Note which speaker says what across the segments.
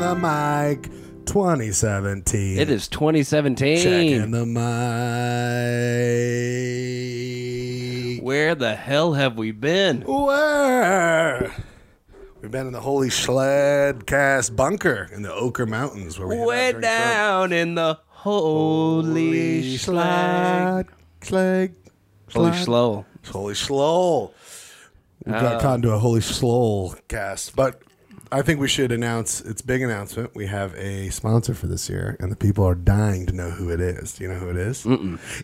Speaker 1: the mic 2017.
Speaker 2: It is 2017.
Speaker 1: Checking the mic.
Speaker 2: Where the hell have we been?
Speaker 1: Where? We've been in the Holy Schledcast bunker in the Ochre Mountains where we hang out
Speaker 2: Way
Speaker 1: during
Speaker 2: down in the holy
Speaker 1: Holy
Speaker 2: schlag.
Speaker 1: Schlag. Schlag.
Speaker 2: Holy
Speaker 1: Schlag.
Speaker 2: schlo.
Speaker 1: Holy Schlol. We
Speaker 2: Uh,
Speaker 1: got caught into a Holy Schlol cast, but I think we should announce it's a big announcement. We have a sponsor for this year, and the people are dying to know who it is. Do you know who it is?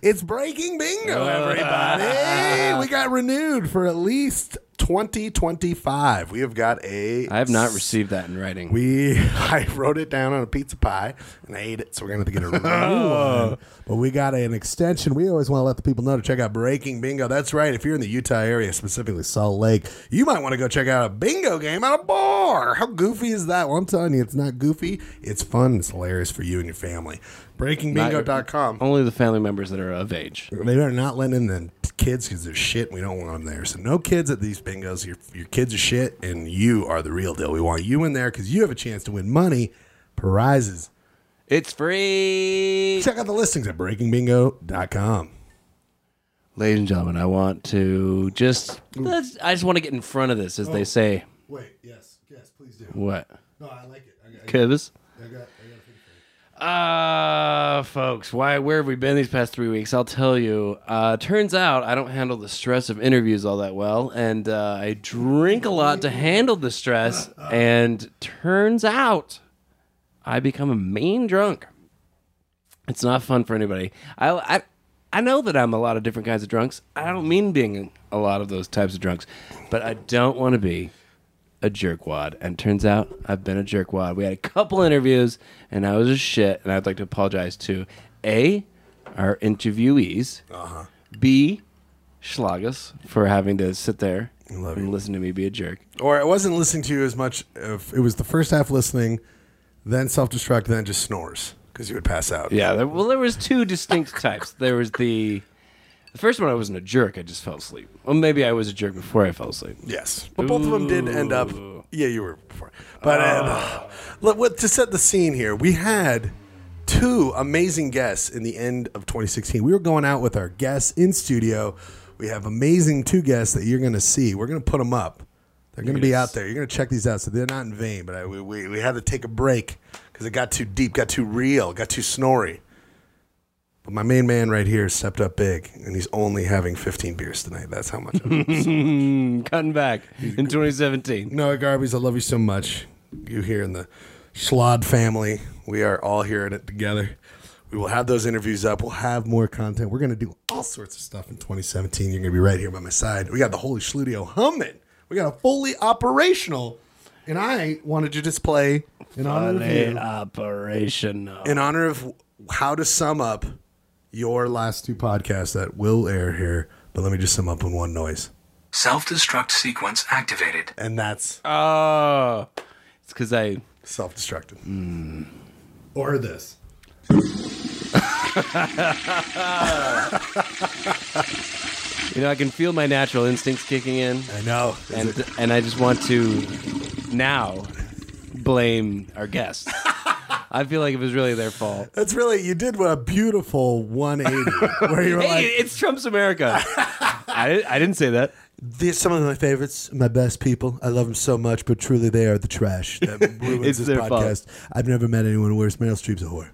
Speaker 1: It's Breaking
Speaker 2: Uh,
Speaker 1: Bingo, everybody. we got renewed for at least 2025. We have got a.
Speaker 2: I have not received that in writing.
Speaker 1: We I wrote it down on a pizza pie and I ate it, so we're gonna have to get a new one. But we got an extension. We always want to let the people know to check out Breaking Bingo. That's right. If you're in the Utah area, specifically Salt Lake, you might want to go check out a bingo game at a bar. How goofy is that? Well, I'm telling you, it's not goofy. It's fun. It's hilarious for you and your family. BreakingBingo.com.
Speaker 2: Only the family members that are of age.
Speaker 1: They are not letting in the kids because they're shit. And we don't want them there. So no kids at these bingos. Your your kids are shit, and you are the real deal. We want you in there because you have a chance to win money, prizes.
Speaker 2: It's free.
Speaker 1: Check out the listings at breakingbingo.com.
Speaker 2: Ladies and gentlemen, I want to just Oh. let's, I just want to get in front of this as they say
Speaker 1: Wait, yes, yes, please do.
Speaker 2: what?
Speaker 1: No, I like it. I got,
Speaker 2: Kivas?
Speaker 1: I got,
Speaker 2: Uh, folks, why where have we been these past three weeks? I'll tell you. Uh, turns out I don't handle the stress of interviews all that well, and uh, I drink a lot to handle the stress. And turns out I become a mean drunk. It's not fun for anybody. I, I I know that I'm a lot of different kinds of drunks. I don't mean being a lot of those types of drunks, but I don't want to be a jerkwad. And turns out I've been a jerkwad. We had a couple interviews, and I was a shit. And I'd like to apologize to a our interviewees, b Schlagus for having to sit there
Speaker 1: love
Speaker 2: and listen to me be a jerk.
Speaker 1: Or I wasn't listening to you as much. If it was the first half listening, then self destruct, then just snores because you would pass out.
Speaker 2: Yeah, there, well, there was two distinct types. There was the the first one. I wasn't a jerk. I just fell asleep. Well, maybe I was a jerk before I fell asleep.
Speaker 1: Yes, but both of them did end up. Yeah, you were before. But uh, look, what, to set the scene here, we had two amazing guests in the end of 2016. We were going out with our guests in studio. We have amazing two guests that you're going to see. We're going to put them up. They're going to be
Speaker 2: Yes.
Speaker 1: out there. You're going to check these out. So they're not in vain. But I, we, we we had to take a break because it got too deep, got too real, got too snory. But my main man right here stepped up big, and he's only having 15 beers tonight. That's how much. I'm
Speaker 2: Mm, cutting back in 2017.
Speaker 1: No, Garbies, I love you so much. You here in the Schlod family. We are all here in it together. We will have those interviews up. We'll have more content. We're going to do all sorts of stuff in 2017. You're going to be right here by my side. We got the Holy Schludio humming. We got a fully operational, and I wanted to display in honor of
Speaker 2: Fully
Speaker 1: you,
Speaker 2: operational.
Speaker 1: in honor of how to sum up your last two podcasts that will air here. But let me just sum up in one noise,
Speaker 3: Self destruct sequence activated.
Speaker 1: and that's
Speaker 2: Oh, it's because I
Speaker 1: self-destructive, or this.
Speaker 2: you know I can feel my natural instincts kicking in,
Speaker 1: I know. Is it-
Speaker 2: and and I just want to now blame our guests. I feel like it was really their fault.
Speaker 1: that's really you did a beautiful 180 where you were
Speaker 2: Hey,
Speaker 1: like,
Speaker 2: it's Trump's America. I, I didn't say that.
Speaker 1: "These some of my favorites, my best people. I love them so much, but truly they are the trash that ruins
Speaker 2: It's
Speaker 1: this
Speaker 2: their
Speaker 1: podcast.
Speaker 2: fault.
Speaker 1: I've never met anyone worse. Meryl Streep's a whore.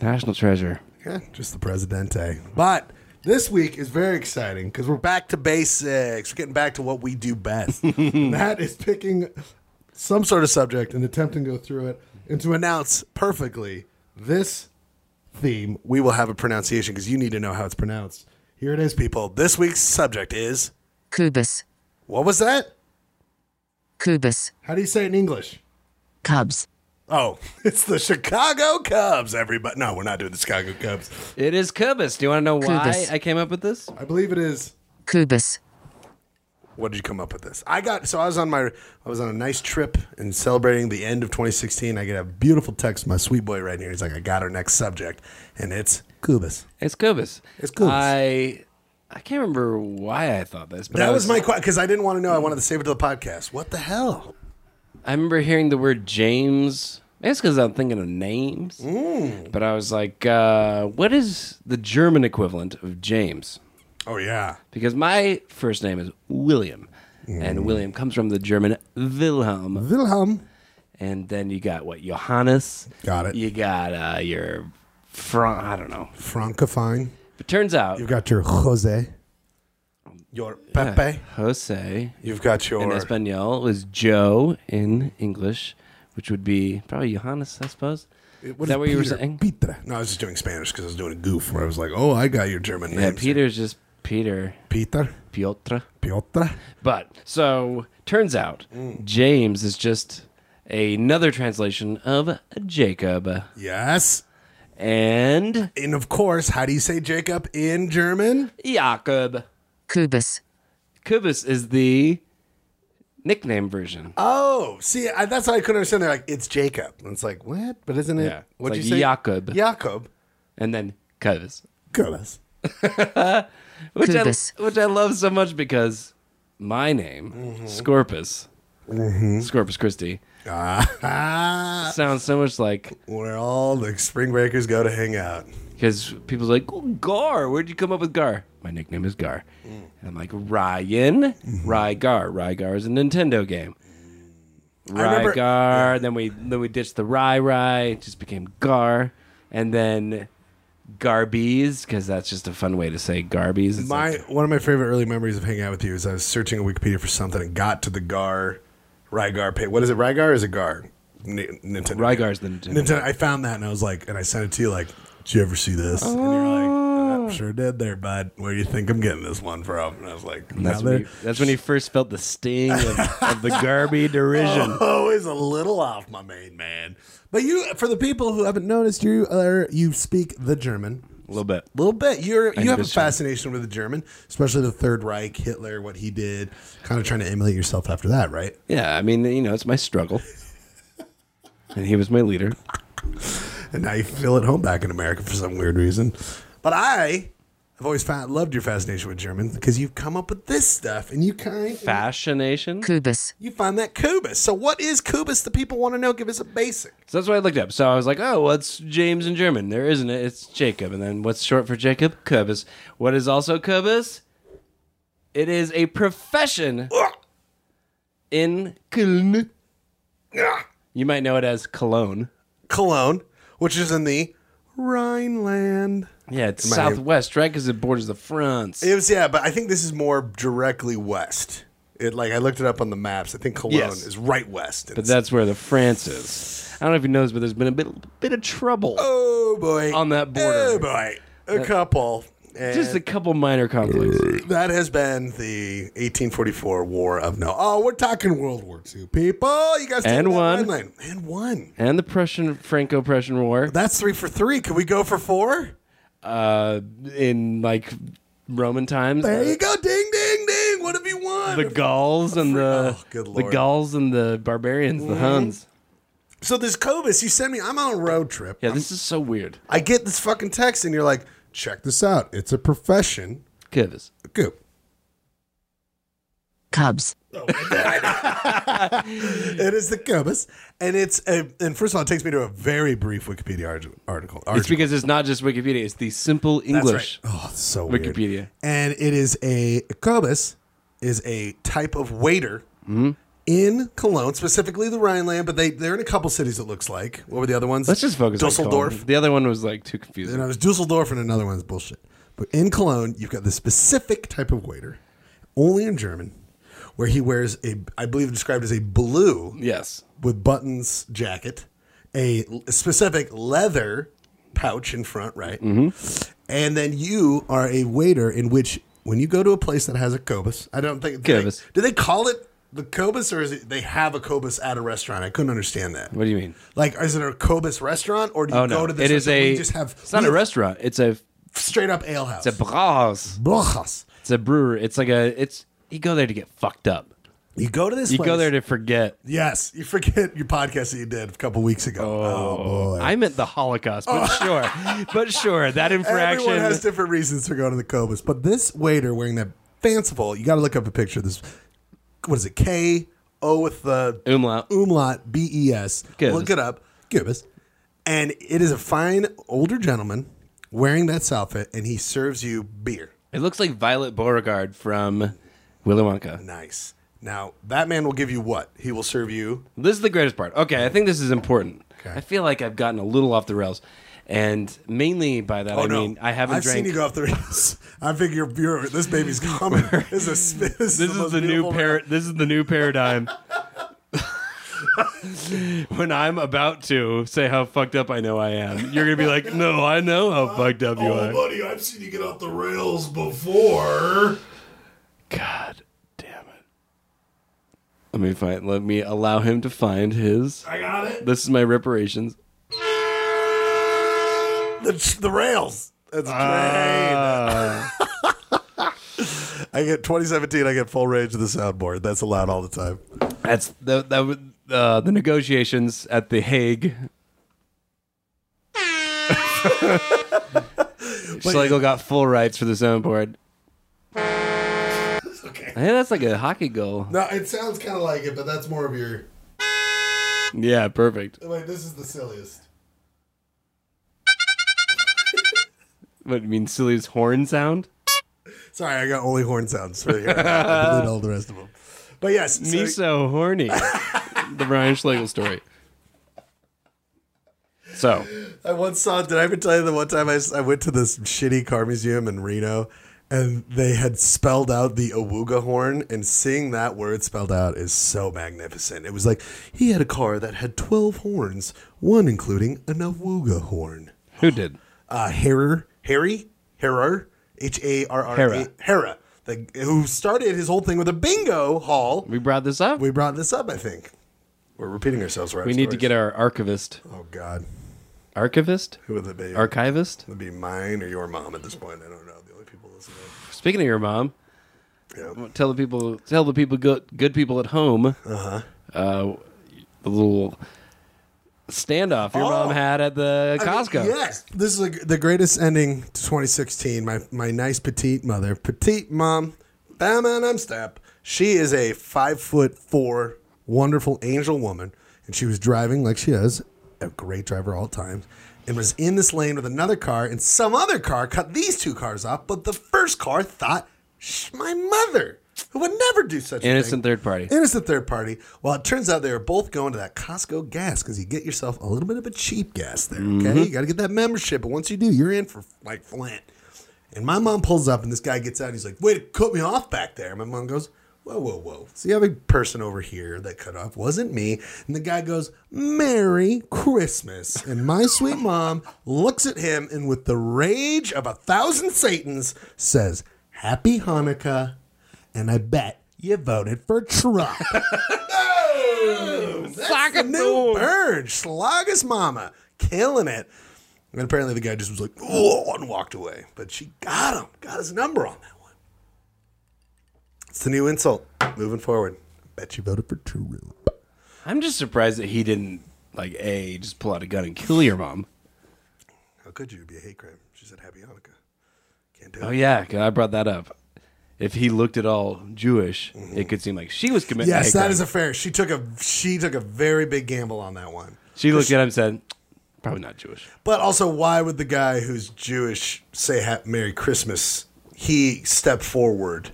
Speaker 2: National Treasure.
Speaker 1: Yeah, just the presidente. But this week is very exciting because we're back to basics. We're getting back to what we do best. and that is picking some sort of subject and attempting to go through it and to announce perfectly this theme. We will have a pronunciation because you need to know how it's pronounced. Here it is, people. This week's subject is
Speaker 4: Cubus,
Speaker 1: what was that?
Speaker 4: Cubus,
Speaker 1: How do you say it in English?
Speaker 4: Cubs,
Speaker 1: Oh, it's the Chicago Cubs, everybody. No, we're not doing the Chicago Cubs.
Speaker 2: It is Cubus. Do you want to know why
Speaker 4: Cubus.
Speaker 2: I came up with this?
Speaker 1: I believe it is
Speaker 4: Cubus,
Speaker 1: What did you come up with this? I got so I was on my I was on a nice trip and celebrating the end of 2016. I get a beautiful text from my sweet boy right here. He's like, "I got our next subject, and it's Cubas."
Speaker 2: It's Cubus.
Speaker 1: It's Cubus.
Speaker 2: I I can't remember why I thought this, but
Speaker 1: That
Speaker 2: I
Speaker 1: was my because I didn't want to know. I wanted to save it to the podcast. What the hell?
Speaker 2: I remember hearing the word James. That's because I'm thinking of names.
Speaker 1: Mm.
Speaker 2: But I was like, uh, what is the German equivalent of James?
Speaker 1: Oh yeah.
Speaker 2: Because my first name is William.
Speaker 1: Mm.
Speaker 2: And William comes from the German Wilhelm.
Speaker 1: Wilhelm.
Speaker 2: And then you got what? Johannes.
Speaker 1: Got it.
Speaker 2: You got uh, your front. I don't know.
Speaker 1: Francophone.
Speaker 2: But turns out
Speaker 1: You've got your Jose. Your Pepe.
Speaker 2: Jose
Speaker 1: You've got your.
Speaker 2: in Espanol was Joe in English, which would be probably Johannes, I suppose. is
Speaker 1: What
Speaker 2: that
Speaker 1: is
Speaker 2: what you were
Speaker 1: Peter?
Speaker 2: saying?
Speaker 1: Petra. No, I was just doing Spanish because I was doing a goof where I was like, "Oh, I got your German name."
Speaker 2: Yeah, Peter's just Peter,
Speaker 1: Peter.
Speaker 2: Piotr.
Speaker 1: Piotr.
Speaker 2: But so turns out
Speaker 1: Mm.
Speaker 2: James is just another translation of Jacob.
Speaker 1: Yes.
Speaker 2: And
Speaker 1: And of course, how do you say Jacob in German?
Speaker 2: Jakob.
Speaker 4: Kubus,
Speaker 2: Kubus is the nickname version.
Speaker 1: Oh, see, I, that's what I couldn't understand. They're like, "It's Jacob," and it's like, "What?" But isn't it?
Speaker 2: Yeah. It's
Speaker 1: What'd
Speaker 2: like
Speaker 1: you say?
Speaker 2: Jakob.
Speaker 1: Jakob.
Speaker 2: And then Kubus.
Speaker 1: Kubus.
Speaker 2: Which I,
Speaker 4: Kubus.
Speaker 2: which I love so much because my name,
Speaker 1: Mm-hmm.
Speaker 2: Scorpus, Scorpus Christi,
Speaker 1: Ah,
Speaker 2: sounds so much like
Speaker 1: where all the spring breakers go to hang out.
Speaker 2: Because people's like, "Oh, Gar, where'd you come up with Gar? My nickname is Gar. And I'm like, Ryan, Rygar. Rygar is a Nintendo game.
Speaker 1: remember-
Speaker 2: Rygar. Then we then we ditched the Ry Ry. It just became Gar. And then Garbies, because that's just a fun way to say Garbies. It's
Speaker 1: My
Speaker 2: like-
Speaker 1: one of my favorite early memories of hanging out with you is I was searching on Wikipedia for something and got to the Gar, Rygar page. What is it? Rygar or is it Gar? N- Nintendo.
Speaker 2: Rygar's the Nintendo.
Speaker 1: Nintendo. I found that and I was like, and I sent it to you like, did you ever see this? And you're like, "Uh, sure did there, bud. Where do you think I'm getting this one from? And I was like, now
Speaker 2: That's when,
Speaker 1: they're
Speaker 2: he, that's when he first felt the sting of, of the Garby derision.
Speaker 1: always Oh, a little off, my main man. But you, for the people who haven't noticed, you are you speak the German.
Speaker 2: A little bit.
Speaker 1: little bit. You're you have a
Speaker 2: understand.
Speaker 1: fascination with the German, especially the Third Reich, Hitler, what he did. Kind of trying to emulate yourself after that, right?
Speaker 2: Yeah, I mean, you know, it's my struggle. And he was my leader.
Speaker 1: And now you feel at home back in America for some weird reason. But I have always found, loved your fascination with German because you've come up with this stuff and you kind
Speaker 2: Fashionation?
Speaker 4: Kubus,
Speaker 1: you find that Kubus. So what is Kubus? The people want to know. Give us a basic.
Speaker 2: So that's what I looked up. So I was like, oh, what's James in German? There isn't it. It's Jacob. And then what's short for Jacob? Kubus. What is also Kubus? It is a profession in Cologne. You might know it as Cologne.
Speaker 1: Cologne, which is in the Rhineland.
Speaker 2: Yeah, it's
Speaker 1: Might-
Speaker 2: southwest, right? Because it borders the France.
Speaker 1: It was yeah, but I think this is more directly west. It like I looked it up on the maps. I think Cologne
Speaker 2: Yes.
Speaker 1: is right west.
Speaker 2: but that's where the France is. I don't know if you noticed, but there's been a bit, bit of trouble.
Speaker 1: Oh boy.
Speaker 2: On that border.
Speaker 1: Oh boy. A couple. And
Speaker 2: Just a couple minor conflicts.
Speaker 1: that has been the 1844 War of No. Oh, we're talking World War II, people. You guys
Speaker 2: And
Speaker 1: took that
Speaker 2: one.
Speaker 1: red line. and one.
Speaker 2: And the Prussian Franco-Prussian War.
Speaker 1: That's three for three. Can we go for four?
Speaker 2: uh, in like Roman times.
Speaker 1: There you go. Ding, ding, ding. What have you won?
Speaker 2: The Gauls and the
Speaker 1: Oh, good
Speaker 2: the
Speaker 1: lord.
Speaker 2: Gauls and the barbarians, the Huns.
Speaker 1: so this Covis, you send me. I'm on a road trip.
Speaker 2: Yeah, this is so weird.
Speaker 1: I get this fucking text, and you're like, check this out. It's a profession.
Speaker 2: Kivas.
Speaker 1: Go.
Speaker 4: Cubs,
Speaker 1: It is the Covis, and it's a. And first of all, it takes me to a very brief Wikipedia arg- article.
Speaker 2: It's because it's not just Wikipedia; it's the simple English
Speaker 1: That's right. Oh, it's so weird.
Speaker 2: Wikipedia.
Speaker 1: And it is a cobus is a type of waiter
Speaker 2: Mm-hmm.
Speaker 1: in Cologne, specifically the Rhineland, but they they're in a couple cities. It looks like. What were the other ones?
Speaker 2: Let's just focus. on
Speaker 1: Dusseldorf.
Speaker 2: Cologne. the other one was like too
Speaker 1: and
Speaker 2: confusing.
Speaker 1: I was Dusseldorf, and another one's bullshit. But in Cologne, you've got this specific type of waiter, only in German, where he wears a I believe described as a blue
Speaker 2: Yes,
Speaker 1: with buttons jacket, a l- specific leather pouch in front, right?
Speaker 2: Mm-hmm.
Speaker 1: And then you are a waiter in which when you go to a place that has a cobus, I don't think do they-
Speaker 2: Cobus.
Speaker 1: Do they call it the cobus or is it they have a cobus at a restaurant? I couldn't understand that.
Speaker 2: What do you mean?
Speaker 1: Like, is it a cobus restaurant or do you
Speaker 2: Oh
Speaker 1: go
Speaker 2: no,
Speaker 1: to this?
Speaker 2: it is
Speaker 1: restaurant?
Speaker 2: a.
Speaker 1: We just have
Speaker 2: it's not
Speaker 1: we
Speaker 2: a
Speaker 1: have
Speaker 2: restaurant. It's a.
Speaker 1: straight up ale house.
Speaker 2: It's a brauhaus.
Speaker 1: Blochas.
Speaker 2: It's a brewery. It's like a. It's you go there to get fucked up.
Speaker 1: You go to this.
Speaker 2: You
Speaker 1: place,
Speaker 2: go there to forget.
Speaker 1: Yes, you forget your podcast that you did a couple weeks ago. Oh, boy.
Speaker 2: I meant the Holocaust, but sure, but sure, that infraction.
Speaker 1: Oh. Everyone has different reasons for going to the Cobus, but this waiter wearing that fanciful, you got to look up a picture. of This, what is it? K O with the
Speaker 2: Umlaut.
Speaker 1: umlaut B E S.
Speaker 2: Gibbs.
Speaker 1: Look it up, Gibbous. And it is a fine older gentleman wearing that outfit, and he serves you beer.
Speaker 2: It looks like Violet Beauregard from Willy Wonka.
Speaker 1: Nice. Now that man will give you what? He will serve you.
Speaker 2: This is the greatest part. Okay, I think this is important. I feel like I've gotten a little off the rails, and mainly by that I mean I haven't
Speaker 1: Oh, I've
Speaker 2: drank.
Speaker 1: seen you go off the rails. I figure you're, this baby's coming. this is, this is
Speaker 2: this is
Speaker 1: most
Speaker 2: the new
Speaker 1: beautiful-
Speaker 2: par- This is the new paradigm. when I'm about to say how fucked up I know I am, you're gonna be like, "No, I know how fucked up you are."
Speaker 1: Oh, buddy, I've seen you get off the rails before.
Speaker 2: God damn it. Let me find let me allow him to find his
Speaker 1: I got it.
Speaker 2: this is my reparations.
Speaker 1: The, the rails. That's great. I get 2017. I get full rage of the soundboard. That's allowed all the time.
Speaker 2: That's the that was uh, the negotiations at the Hague. Schlegel got full rights for the soundboard.
Speaker 1: Okay.
Speaker 2: Hey, that's like a hockey goal.
Speaker 1: No, it sounds kind of like it, but that's more of your.
Speaker 2: Yeah, perfect.
Speaker 1: Wait, this is the silliest.
Speaker 2: What you mean silly's horn sound?
Speaker 1: Sorry, I got only horn sounds for you. I delete all the rest of them. But yes, so-
Speaker 2: Me so horny. the Brian Schlegel story. So
Speaker 1: I once saw. Did I ever tell you the one time I, s- I went to this shitty car museum in Reno, and they had spelled out the awuga horn, and seeing that word spelled out is so magnificent. It was like he had a car that had twelve horns, one including an awuga horn.
Speaker 2: who did?
Speaker 1: Uh, Harrer, Harry, Harrer, H A R R A,
Speaker 2: Hera.
Speaker 1: Hera, the, who started his whole thing with a bingo hall.
Speaker 2: We brought this up.
Speaker 1: We brought this up, I think. We're repeating ourselves.
Speaker 2: We need to get our archivist.
Speaker 1: Oh God,
Speaker 2: Archivist?
Speaker 1: who would that be?
Speaker 2: Archivist?
Speaker 1: Would it be mine or your mom at this point? I don't know. The only people listening.
Speaker 2: Speaking of your mom,
Speaker 1: Yeah.
Speaker 2: tell the people tell the people good good people at home uh-huh. the little standoff your
Speaker 1: Oh.
Speaker 2: mom had at the Costco.
Speaker 1: Yes, this is like the greatest ending to 2016. My my nice petite mother, petite mom, bam and I'm step. She is a five foot four wonderful angel woman, and she was driving like she is a great driver all times, and was in this lane with another car, and some other car cut these two cars off, but the first car thought "Shh, my mother. Who would never do such a thing.
Speaker 2: Innocent third party.
Speaker 1: Innocent third party. Well, it turns out they were both going to that Costco gas because you get yourself a little bit of a cheap gas there. Okay, you got to get that membership, but once you do, you're in for like Flint. And my mom pulls up, and this guy gets out. And he's like, "Wait, it cut me off back there." And my mom goes, "Whoa, whoa, whoa! It's the other person over here that cut off wasn't me." And the guy goes, "Merry Christmas!" And my sweet mom looks at him, and with the rage of a thousand satans, says, "Happy Hanukkah." and I bet you voted for Trump. That's the new bird, Schlager's mama, killing it. And apparently the guy just was like, "Whoa," and walked away. But she got him, got his number on that one. It's the new insult moving forward. Bet you voted for Trump.
Speaker 2: I'm just surprised that he didn't like a just pull out a gun and kill your mom.
Speaker 1: How could you It'd be a hate crime? She said, "Happy Hanukkah." Can't do it.
Speaker 2: Oh yeah, 'cause I brought that up. If he looked at all Jewish, it could seem like she was committing. a
Speaker 1: Mm-hmm. Yes,
Speaker 2: hate
Speaker 1: that
Speaker 2: crime.
Speaker 1: is a fair. She took a she took a very big gamble on that one.
Speaker 2: She looked at him and said, "Probably not Jewish."
Speaker 1: But also, why would the guy who's Jewish say ha- "Merry Christmas"? He stepped forward.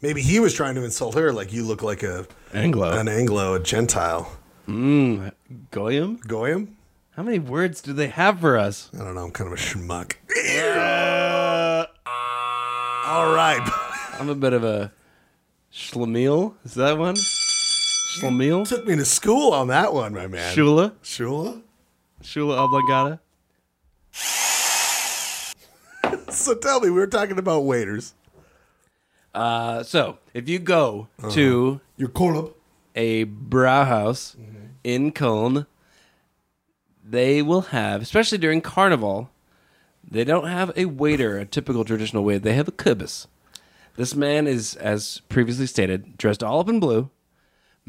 Speaker 1: Maybe he was trying to insult her, like you look like a
Speaker 2: Anglo.
Speaker 1: an Anglo, a Gentile,
Speaker 2: Goyim?
Speaker 1: Goyim.
Speaker 2: How many words do they have for us?
Speaker 1: I don't know. I'm kind of a schmuck. All right,
Speaker 2: I'm a bit of a schlemiel. Is that one? Schlemiel?
Speaker 1: took me to school on that one, my man.
Speaker 2: Shula?
Speaker 1: Shula.
Speaker 2: Shula oblongata?
Speaker 1: So tell me, we were talking about waiters.
Speaker 2: Uh, so, if you go to
Speaker 1: Your club.
Speaker 2: a brauhaus in Cologne, they will have, especially during Carnival, they don't have a waiter, a typical traditional waiter. They have a kibbutz. This man is, as previously stated, dressed all up in blue,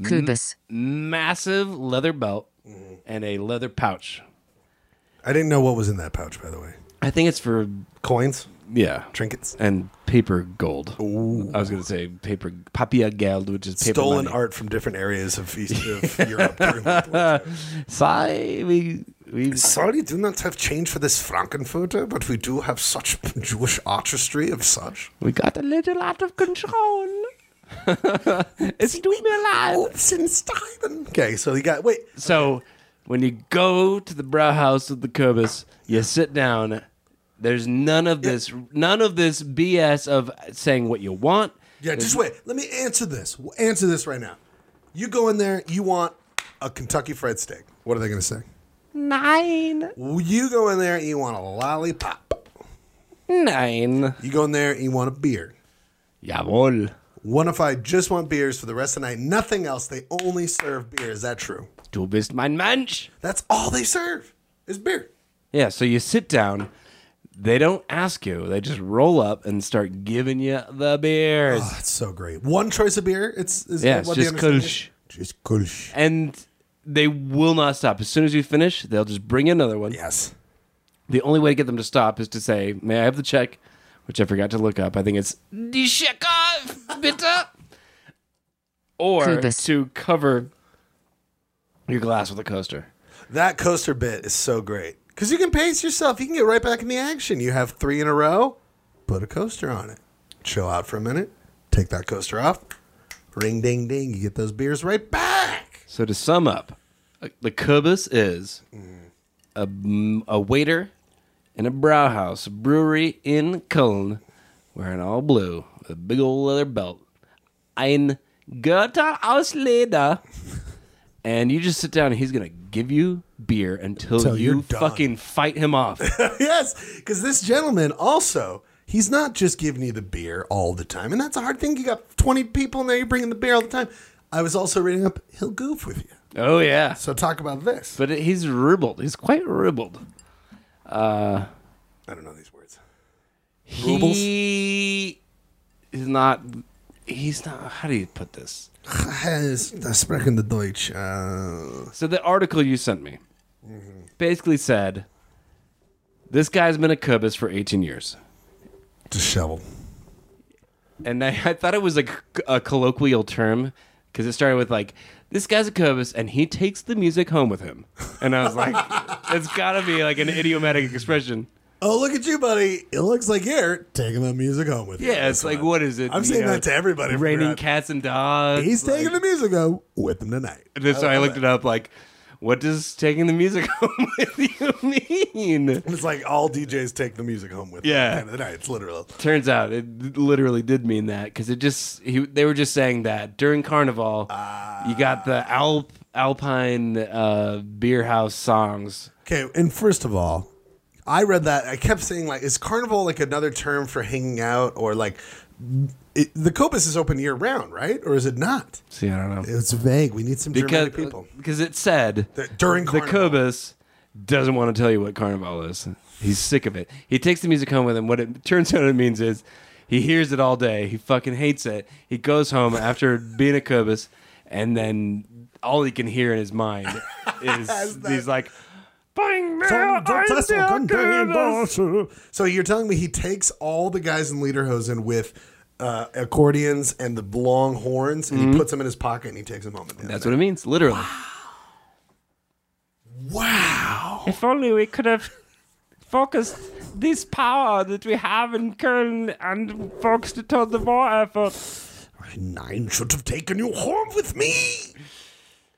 Speaker 4: Kubus,
Speaker 2: massive leather belt, and a leather pouch.
Speaker 1: I didn't know what was in that pouch, by the way.
Speaker 2: I think it's for
Speaker 1: Coins.
Speaker 2: yeah,
Speaker 1: trinkets.
Speaker 2: and paper gold. I was gonna say paper papia gold, which is paper
Speaker 1: Stolen
Speaker 2: money.
Speaker 1: art from different areas of East of Europe. during World War II.
Speaker 2: Sigh, we we
Speaker 1: Sorry, do not have change for this Frankenfurter, but we do have such Jewish artistry of such.
Speaker 2: we got a little out of control. it's doing me
Speaker 1: Oh,
Speaker 2: alive.
Speaker 1: Since time. Okay, so you got wait.
Speaker 2: So when you go to the brow house of the Cobus, you sit down. There's none of this, none of this BS of saying what you want.
Speaker 1: Yeah, just wait. Let me answer this. W- Answer this right now. You go in there, you want a Kentucky fried steak. What are they going to say?
Speaker 2: Nine,
Speaker 1: You go in there, you want a lollipop.
Speaker 2: nine.
Speaker 1: You go in there, you want a beer.
Speaker 2: Jawohl.
Speaker 1: What if I just want beers for the rest of the night? Nothing else. They only serve beer. Is that true?
Speaker 2: Du bist mein Mensch.
Speaker 1: That's all they serve is beer.
Speaker 2: Yeah, so you sit down. They don't ask you. They just roll up and start giving you the beers.
Speaker 1: Oh, that's so great. One choice of beer. It's is
Speaker 2: Yeah, it's
Speaker 1: what the
Speaker 2: just
Speaker 1: understanding
Speaker 2: Kölsch.
Speaker 1: is? Just Kulsh.
Speaker 2: And they will not stop. As soon as you finish, they'll just bring you another one.
Speaker 1: Yes.
Speaker 2: The only way to get them to stop is to say, "May I have the check?" Which I forgot to look up. I think it's die Checke, bitte, or
Speaker 4: Kubis.
Speaker 2: to cover your glass with a coaster.
Speaker 1: That coaster bit is so great because you can pace yourself. You can get right back in the action. You have three in a row. Put a coaster on it. Chill out for a minute. Take that coaster off. Ring ding ding. You get those beers right back.
Speaker 2: So to sum up, uh, the Kubus is a, m- a waiter in a brewhouse, a brewery in Cologne, wearing all blue with a big old leather belt. Ein Götter aus Leder. And you just sit down and he's going to give you beer until,
Speaker 1: Until
Speaker 2: you
Speaker 1: you're done.
Speaker 2: fucking fight him off.
Speaker 1: yes, because this gentleman also. He's not just giving you the beer all the time, and that's a hard thing. You got twenty people in there. You're bringing the beer all the time. I was also reading up. He'll goof with you.
Speaker 2: oh, yeah.
Speaker 1: So talk about this.
Speaker 2: But he's ribald. He's quite ribald.
Speaker 1: I don't know these words.
Speaker 2: He is not. He's not. How do you put this?
Speaker 1: Sprechen the Deutsch. Uh,
Speaker 2: So the article you sent me basically said this guy's been a Cubus for 18 years.
Speaker 1: disheveled.
Speaker 2: And I, I thought it was like a colloquial term because it started with like, this guy's a Cubus and he takes the music home with him. And I was like, it's got to be like an idiomatic expression.
Speaker 1: Oh, look at you, buddy. It looks like you're taking the music home with you.
Speaker 2: Yeah, it's like, what is it?
Speaker 1: I'm
Speaker 2: you
Speaker 1: saying
Speaker 2: know,
Speaker 1: that to everybody.
Speaker 2: Raining
Speaker 1: Brad.
Speaker 2: cats and dogs.
Speaker 1: He's taking the music home with him tonight.
Speaker 2: And then- so I looked it up like, what does taking the music home with you mean?
Speaker 1: It's like all DJs take the music home with
Speaker 2: Yeah.
Speaker 1: them. at the end of the night. It's literal.
Speaker 2: Turns out it literally did mean that because it just he, they were just saying that during Carnival you got the Alp Alpine uh, beer house songs.
Speaker 1: Okay, and first of all, I read that. I kept saying, like, is carnival like another term for hanging out or like. It, the Copus is open year round, right? Or is it not?
Speaker 2: See, I don't know
Speaker 1: It's vague. We need some
Speaker 2: because
Speaker 1: Germanic people.
Speaker 2: because it said
Speaker 1: That during
Speaker 2: the
Speaker 1: Carnival.
Speaker 2: Cobus doesn't want to tell you what Carnival is. He's sick of it. He takes the music home with him. What it turns out it means is he hears it all day. He fucking hates it. He goes home after being a Cobus, and then all he can hear in his mind is he's like. Bring me
Speaker 1: Don't
Speaker 2: a
Speaker 1: do- that's not
Speaker 2: Isaac
Speaker 1: contained
Speaker 2: Cubus."
Speaker 1: also. So you're telling me he takes all the guys in Lederhosen with uh, accordions and the long horns, and he puts them in his pocket and he takes them home. with him.
Speaker 2: Mm-hmm. That's what it means, literally.
Speaker 1: wow.
Speaker 2: If only we could have focused this power that we have in Köln and focused it on the war effort.
Speaker 1: Nine should have taken you home with me.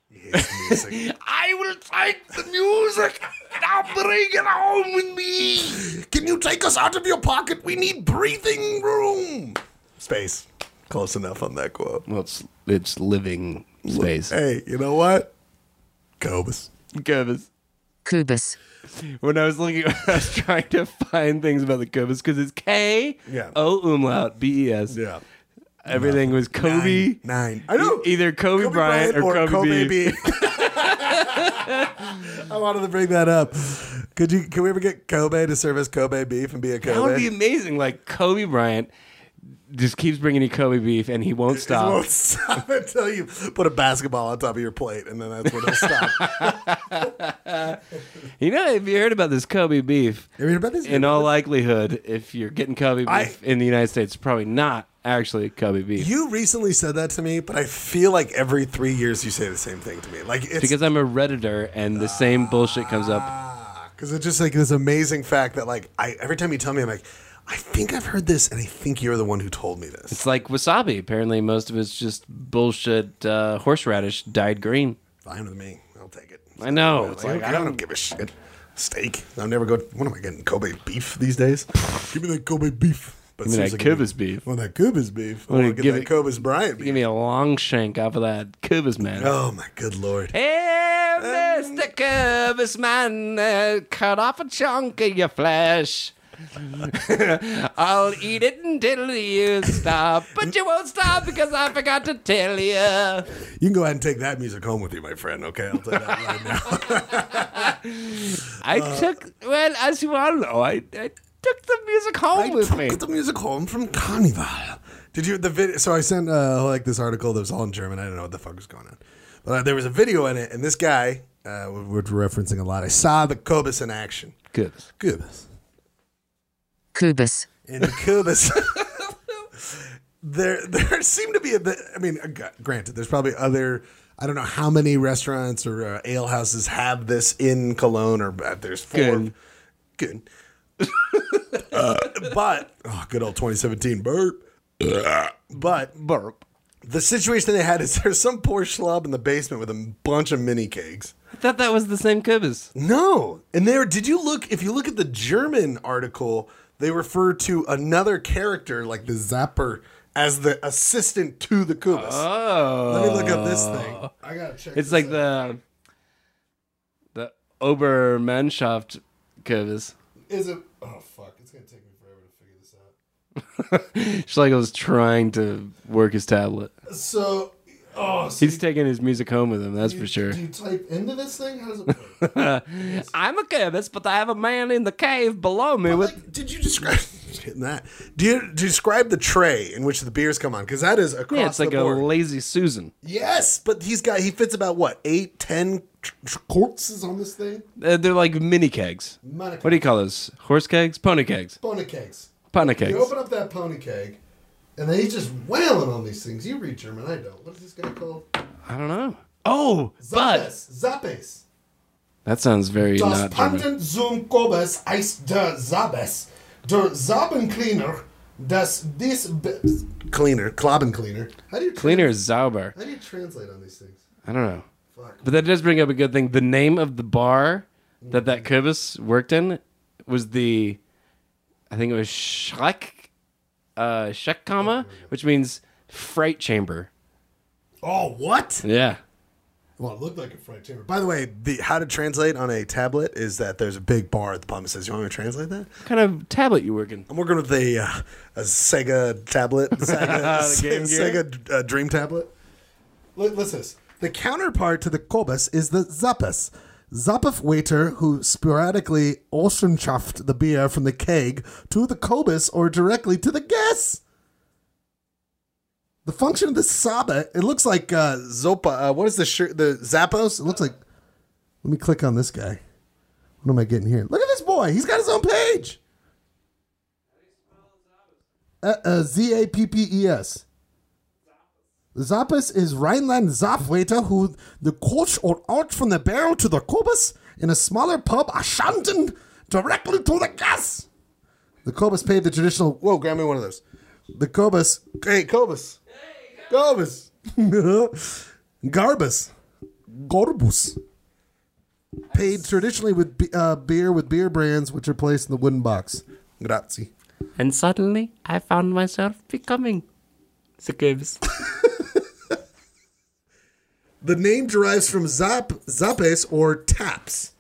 Speaker 1: He hates music.
Speaker 2: I will take the music. Now bring it home with me.
Speaker 1: Can you take us out of your pocket? We need breathing room. Space. Close enough on that quote.
Speaker 2: Well, it's it's living space.
Speaker 1: Hey, you know what? Cobus.
Speaker 2: Cubus.
Speaker 4: Kubus.
Speaker 2: When I was looking, I was trying to find things about the Cubus because it's K
Speaker 1: Yeah.
Speaker 2: O umlaut B E S.
Speaker 1: Yeah.
Speaker 2: Everything was Kobe.
Speaker 1: Nine. Nine. I know.
Speaker 2: E- either Kobe, Bryant, or, Kobe, Beef.
Speaker 1: I wanted to bring that up. Could you? Can we ever get Kobe to serve as Kobe beef and be a
Speaker 2: That would
Speaker 1: Kobe?
Speaker 2: be amazing. Like Kobe Bryant just keeps bringing you Kobe beef, and he won't
Speaker 1: It
Speaker 2: stop.
Speaker 1: won't stop until you put a basketball on top of your plate, and then that's when it'll stop.
Speaker 2: You know, have you heard about this Kobe beef?
Speaker 1: Have you heard about this?
Speaker 2: In all likelihood, if you're getting Kobe beef
Speaker 1: I-
Speaker 2: in the United States, it's probably not actually Kobe beef
Speaker 1: you recently said that to me, but I feel like every three years you say the same thing to me. Like it's
Speaker 2: because I'm a redditor, and the same bullshit comes up.
Speaker 1: because ah, it's just like this amazing fact that like I every time you tell me, I'm like, I think I've heard this, and I think you're the one who told me this.
Speaker 2: It's like wasabi. Apparently, most of it's just bullshit uh, horseradish dyed green.
Speaker 1: Fine with me. I'll take it.
Speaker 2: I know. It's like
Speaker 1: I don't give a shit. Steak. I'll never go. What am I getting? Kobe beef these days? give me that Kobe beef. But
Speaker 2: Give me
Speaker 1: seems
Speaker 2: that
Speaker 1: like I
Speaker 2: Cubas
Speaker 1: need-
Speaker 2: beef.
Speaker 1: I want that Cubas beef. I
Speaker 2: Wanna
Speaker 1: want to get
Speaker 2: give
Speaker 1: that
Speaker 2: it-
Speaker 1: Cubas Bryant beef.
Speaker 2: give me a long shank off of that Cubas man.
Speaker 1: Oh my good lord.
Speaker 2: Hey, Mr. Cubis Man, uh, cut off a chunk of your flesh. I'll eat it until you stop, but you won't stop because I forgot to tell you.
Speaker 1: You can go ahead and take that music home with you, my friend. Okay, I'll tell you that right now.
Speaker 2: I took, well, as you all know, I, I took the music home with me.
Speaker 1: Get the music home from Carnival. Did you the video? So I sent uh, like this article that was all in German. I don't know what the fuck was going on, but uh, there was a video in it, and this guy uh, we- we're referencing a lot. I saw the Cobus in action.
Speaker 2: Cubis.
Speaker 1: Cubus
Speaker 4: Kubus,
Speaker 1: and Cubus. there, there seem to be a bit. I mean, uh, granted, there's probably other. I don't know how many restaurants or uh, ale houses have this in Cologne, or but there's four.
Speaker 2: Good.
Speaker 1: Good. Uh, but oh, good old 2017 burp. but
Speaker 2: Burp.
Speaker 1: the situation they had is there's some poor schlub in the basement with a bunch of mini cakes.
Speaker 2: I thought that was the same Cubis.
Speaker 1: No. And there, did you look? If you look at the German article, they refer to another character like the Zapper as the assistant to the Kubus.
Speaker 2: Oh.
Speaker 1: Let me look up this thing. I gotta check.
Speaker 2: It's like the the Obermannschaft Cubis.
Speaker 1: Is it? Oh fuck! It's gonna take me forever to figure this out.
Speaker 2: Schlegel was trying to work his tablet.
Speaker 1: So, oh, so
Speaker 2: He's taking his music home with him, that's for sure.
Speaker 1: you type into this thing? How does it work?
Speaker 2: I'm a cubist, but I have a man in the cave below me with.
Speaker 1: like, did you describe getting that? Do you, do you describe the tray in which the beers come on? Because that is across
Speaker 2: Yeah, it's like
Speaker 1: the
Speaker 2: a
Speaker 1: board.
Speaker 2: lazy Susan.
Speaker 1: Yes, but he's got he fits about what eight, ten tr- tr- corpses on this thing.
Speaker 2: Uh, they're like mini kegs.
Speaker 1: Mini
Speaker 2: What do you call those? Horse kegs? Pony kegs?
Speaker 1: Pony cakes.
Speaker 2: Pony kegs.
Speaker 1: You open up that pony keg, and then he's just wailing on these things. You read German, I don't. What is this guy called?
Speaker 2: I don't know. Oh, but
Speaker 1: Zappes. Zappes.
Speaker 2: that sounds very
Speaker 1: Das
Speaker 2: not German.
Speaker 1: Panden zum Kobes heißt der Zabes. Der Zabencleaner, das dies... Be- cleaner. Cleaner. How do you tra-
Speaker 2: Cleaner is Zauber.
Speaker 1: How do you translate on these things?
Speaker 2: I don't know.
Speaker 1: Fuck.
Speaker 2: But that does bring up a good thing. The name of the bar that that Cubis worked in was the, I think it was Schreck, uh, Schreckkammer, which means freight chamber.
Speaker 1: Oh, what?
Speaker 2: Yeah.
Speaker 1: Well, it looked like a fried chamber. By the way, the how to translate on a tablet is that there's a big bar at the bottom that says, "You want me to translate that?"
Speaker 2: What kind of tablet you working?
Speaker 1: I'm working with a, uh, a Sega tablet, Sega,
Speaker 2: The Game Gear?
Speaker 1: Sega uh, Dream tablet. Look, listen. to this. The counterpart to the Kobus is the Zappes. Zappef waiter who sporadically Ochsenchaft the beer from the keg to the Kobus or directly to the guests. The function of the Saba, it looks like uh, Zopa. Uh, what is the shirt? The Zappos? It looks like. Let me click on this guy. What am I getting here? Look at this boy. He's got his own page. Uh, uh, Z A P P E S. Zappes is Rhineland Zapfwaiter who the coach or out from the barrel to the Kobus in a smaller pub Ashanten directly to the gas. The Kobus paid the traditional. Whoa, grab me one of those. The Kobus. Hey, Kobus. Kobus. Garbus. Gorbus. Paid traditionally with be- uh, beer with beer brands, which are placed in the wooden box. Grazie.
Speaker 2: And suddenly I found myself becoming the Cubis.
Speaker 1: The name derives from zap zapes or taps.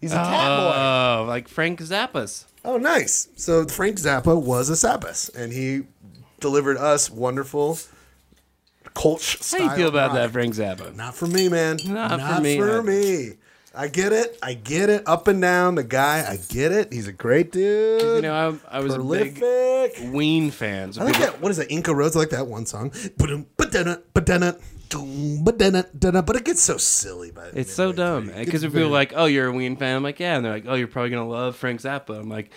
Speaker 1: He's a tap
Speaker 2: Oh, like Frank Zappas.
Speaker 1: boy. Oh, nice. So Frank Zappa was a Zappes, and he delivered us wonderful Kolch
Speaker 2: How
Speaker 1: style.
Speaker 2: do you feel about
Speaker 1: rock.
Speaker 2: that, Frank Zappa?
Speaker 1: Not for me, man.
Speaker 2: Not for me,
Speaker 1: for
Speaker 2: either.
Speaker 1: me. I get it. I get it. Up and down the guy. I get it. He's a great dude.
Speaker 2: You know, I, I was
Speaker 1: prolific.
Speaker 2: a big Ween fan. So
Speaker 1: I like
Speaker 2: people-
Speaker 1: that. What is that? Inca Roads. I like that one song. Ba-dum, ba-dum, ba-dum, doom, ba-dum, da-dum. But it gets so silly. By the
Speaker 2: It's so
Speaker 1: midway
Speaker 2: dumb
Speaker 1: through. It
Speaker 2: because
Speaker 1: gets
Speaker 2: if people are
Speaker 1: very-
Speaker 2: like, "Oh, you're a Ween fan," I'm like, "Yeah," and they're like, "Oh, you're probably gonna love Frank Zappa." I'm like,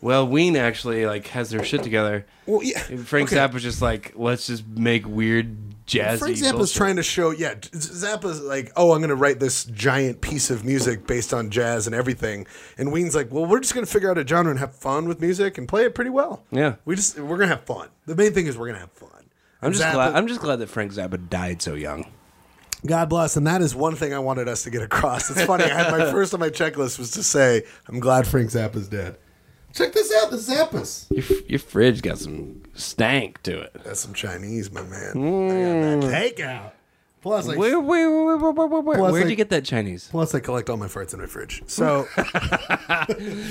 Speaker 2: "Well, Ween actually like has their shit together."
Speaker 1: well, yeah,
Speaker 2: And Frank
Speaker 1: okay.
Speaker 2: Zappa's just like, "Let's just make weird jazzy."
Speaker 1: Frank Zappa's
Speaker 2: bullshit."
Speaker 1: trying to show, yeah, Z- Zappa's like, oh, I'm going to write this giant piece of music based on jazz and everything. And Ween's like, well, we're just going to figure out a genre and have fun with music and play it pretty well.
Speaker 2: Yeah.
Speaker 1: we just we're going to have fun. The main thing is we're going to have fun.
Speaker 2: I'm just
Speaker 1: Zappa-
Speaker 2: glad. I'm just glad that Frank Zappa died so young.
Speaker 1: God bless, and that is one thing I wanted us to get across. It's funny. I had my first on my checklist was to say, I'm glad Frank Zappa's dead. Check this out, the Zappas.
Speaker 2: Your, f- your fridge got some stank to it.
Speaker 1: That's some Chinese, my man. I got that takeout. Plus, I
Speaker 2: Mm. Where, where, where, where, where, where,
Speaker 1: Plus,
Speaker 2: where'd
Speaker 1: like-
Speaker 2: you get that Chinese
Speaker 1: plus I collect all my farts in my fridge. So.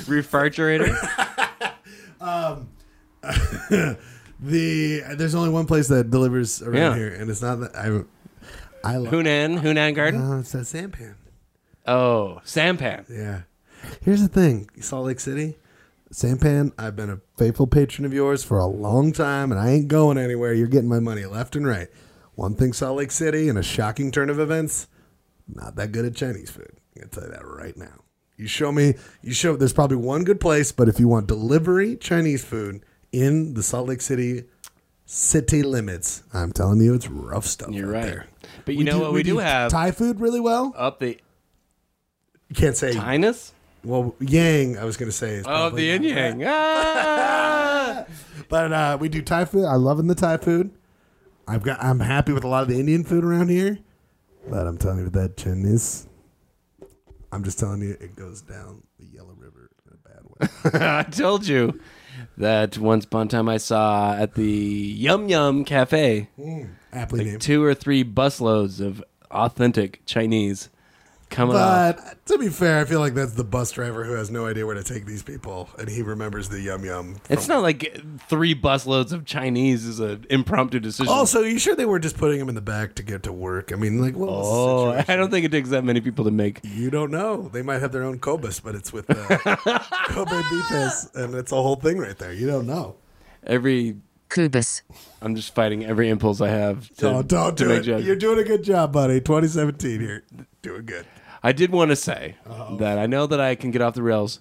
Speaker 2: refrigerator?
Speaker 1: The there's only one place that delivers around
Speaker 2: Yeah.
Speaker 1: here, and it's not that I. I love.
Speaker 2: Hunan, Hunan Garden.
Speaker 1: Oh, it's that sampan.
Speaker 2: Oh, sampan.
Speaker 1: Yeah. Here's the thing, Salt Lake City, sampan. I've been a faithful patron of yours for a long time, and I ain't going anywhere. You're getting my money left and right. One thing, Salt Lake City, in a shocking turn of events, not that good at Chinese food. I'm gonna tell you that right now. You show me. You show. There's probably one good place, but if you want delivery Chinese food in the Salt Lake City city limits. I'm telling you, it's rough stuff.
Speaker 2: You're
Speaker 1: out
Speaker 2: right.
Speaker 1: There.
Speaker 2: But you know what we, do, have
Speaker 1: Thai food really well.
Speaker 2: up the
Speaker 1: You can't say
Speaker 2: Inus?
Speaker 1: well Yang. I was gonna say is
Speaker 2: Oh,
Speaker 1: probably
Speaker 2: the yin
Speaker 1: not
Speaker 2: yang.
Speaker 1: right.
Speaker 2: Ah!
Speaker 1: But uh, we do Thai food. I love the Thai food. I've got. I'm happy with a lot of the Indian food around here. But I'm telling you, with that Chinese, I'm just telling you, it goes down the Yellow River in a bad way.
Speaker 2: I told you that once upon a time I saw at the Yum Yum Cafe
Speaker 1: Aptly named.
Speaker 2: two or three busloads of authentic Chinese coming off.
Speaker 1: But uh, to be fair, I feel like that's the bus driver who has no idea where to take these people, and he remembers the yum yum.
Speaker 2: It's not like three busloads of Chinese is an impromptu decision.
Speaker 1: Also, you sure they were just putting him in the back to get to work? I mean, like, what was the
Speaker 2: oh,
Speaker 1: situation?
Speaker 2: I don't think it takes that many people to make.
Speaker 1: You don't know. They might have their own Cobus, but it's with uh, Kobe Beefus, and it's a whole thing right there. You don't know.
Speaker 2: Every
Speaker 4: Kubus.
Speaker 2: I'm just fighting every impulse I have. To,
Speaker 1: Don't, don't
Speaker 2: to
Speaker 1: do
Speaker 2: make
Speaker 1: it.
Speaker 2: jokes.
Speaker 1: You're doing a good job, buddy. 2017 here. Doing good.
Speaker 2: I did want to say that I know that I can get off the rails.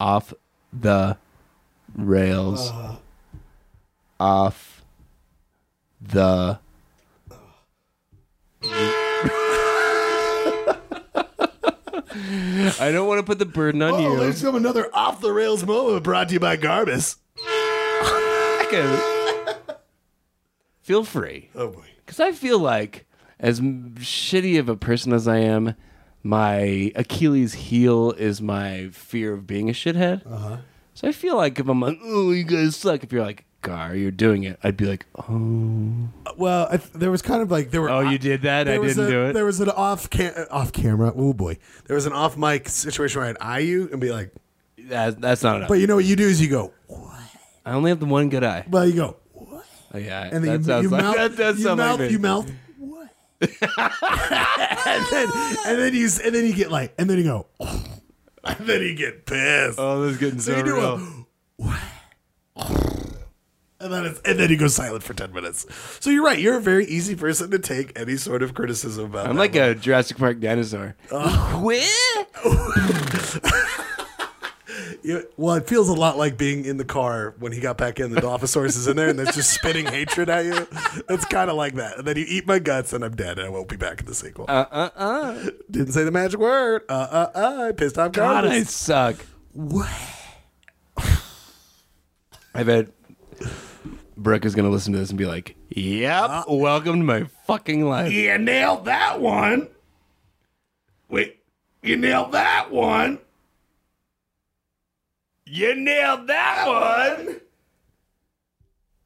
Speaker 2: Off the rails. Off the. I don't want to put the burden on
Speaker 1: Oh,
Speaker 2: you.
Speaker 1: there's some another off the rails moment brought to you by Garbus.
Speaker 2: Feel free.
Speaker 1: Oh boy.
Speaker 2: Because I feel like, as m- shitty of a person as I am, my Achilles heel is my fear of being a shithead. Uh-huh. So I feel like if I'm like, oh, you guys suck, if you're like, Gar, you're doing it, I'd be like, oh.
Speaker 1: Well, I, th- there was kind of like there were.
Speaker 2: Oh, you did that? I
Speaker 1: there was
Speaker 2: didn't
Speaker 1: a-
Speaker 2: do it.
Speaker 1: There was an off cam- uh, off camera. Oh boy, there was an off mic situation where I'd eye you and be like,
Speaker 2: That, that's not enough.
Speaker 1: but you know what you do is you go,
Speaker 2: I only have the one good eye.
Speaker 1: well, you go, what?
Speaker 2: Oh, yeah,
Speaker 1: and
Speaker 2: that
Speaker 1: then you,
Speaker 2: sounds
Speaker 1: you
Speaker 2: like,
Speaker 1: mouth,
Speaker 2: that does
Speaker 1: you
Speaker 2: sound
Speaker 1: mouth,
Speaker 2: like me.
Speaker 1: you mouth, what? and then and then you s- and then you get like, and then you go, and then you get pissed.
Speaker 2: Oh, this is getting so,
Speaker 1: So you do
Speaker 2: real.
Speaker 1: a, and then it's, and then you go silent for ten minutes. So you're right. You're a very easy person to take any sort of criticism about.
Speaker 2: I'm
Speaker 1: that
Speaker 2: like
Speaker 1: one.
Speaker 2: a Jurassic Park dinosaur.
Speaker 1: Uh-huh.
Speaker 2: Where?
Speaker 1: You- well, it feels a lot like being in the car when he got back in. The Dilophosaurus is in there, and that's just spitting hatred at you. It's kind of like that. And then you eat my guts, and I'm dead, and I won't be back in the sequel. Uh uh uh. Didn't say the magic word. Uh uh uh. I pissed off
Speaker 2: God, I
Speaker 1: Congress.
Speaker 2: suck. I bet Brooke is gonna listen to this and be like, "Yep, welcome to my fucking life."
Speaker 1: You nailed that one.
Speaker 5: Wait, you nailed that one. You nailed that one.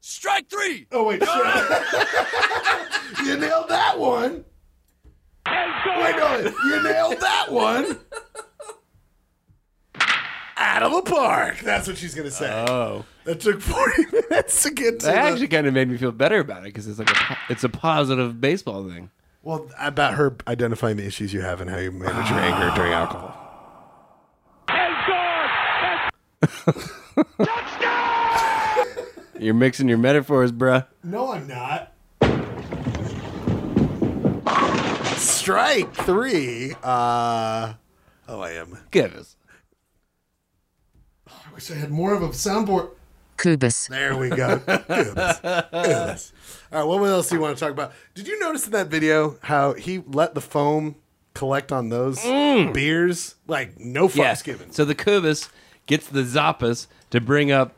Speaker 5: Strike three.
Speaker 1: Oh wait, sure.
Speaker 5: You nailed that one. Wait, no, you nailed that one.
Speaker 1: out of the park. That's what she's gonna say.
Speaker 2: Oh,
Speaker 1: that took forty minutes to get to.
Speaker 2: that
Speaker 1: the-
Speaker 2: actually kind of made me feel better about it because it's like a, po- it's a positive baseball thing.
Speaker 1: Well, about her identifying the issues you have and how you manage your anger during alcohol.
Speaker 2: You're mixing your metaphors, bruh.
Speaker 1: No, I'm not. Strike three. Uh, oh, I am.
Speaker 2: Give us.
Speaker 1: I wish I had more of a soundboard.
Speaker 4: Kubus.
Speaker 1: There we go. Goodness. Goodness. All right, what else do you want to talk about? Did you notice in that video how he let the foam collect on those beers? Like, no fucks
Speaker 2: Yes.
Speaker 1: given.
Speaker 2: So the Kubus gets the Zappas to bring up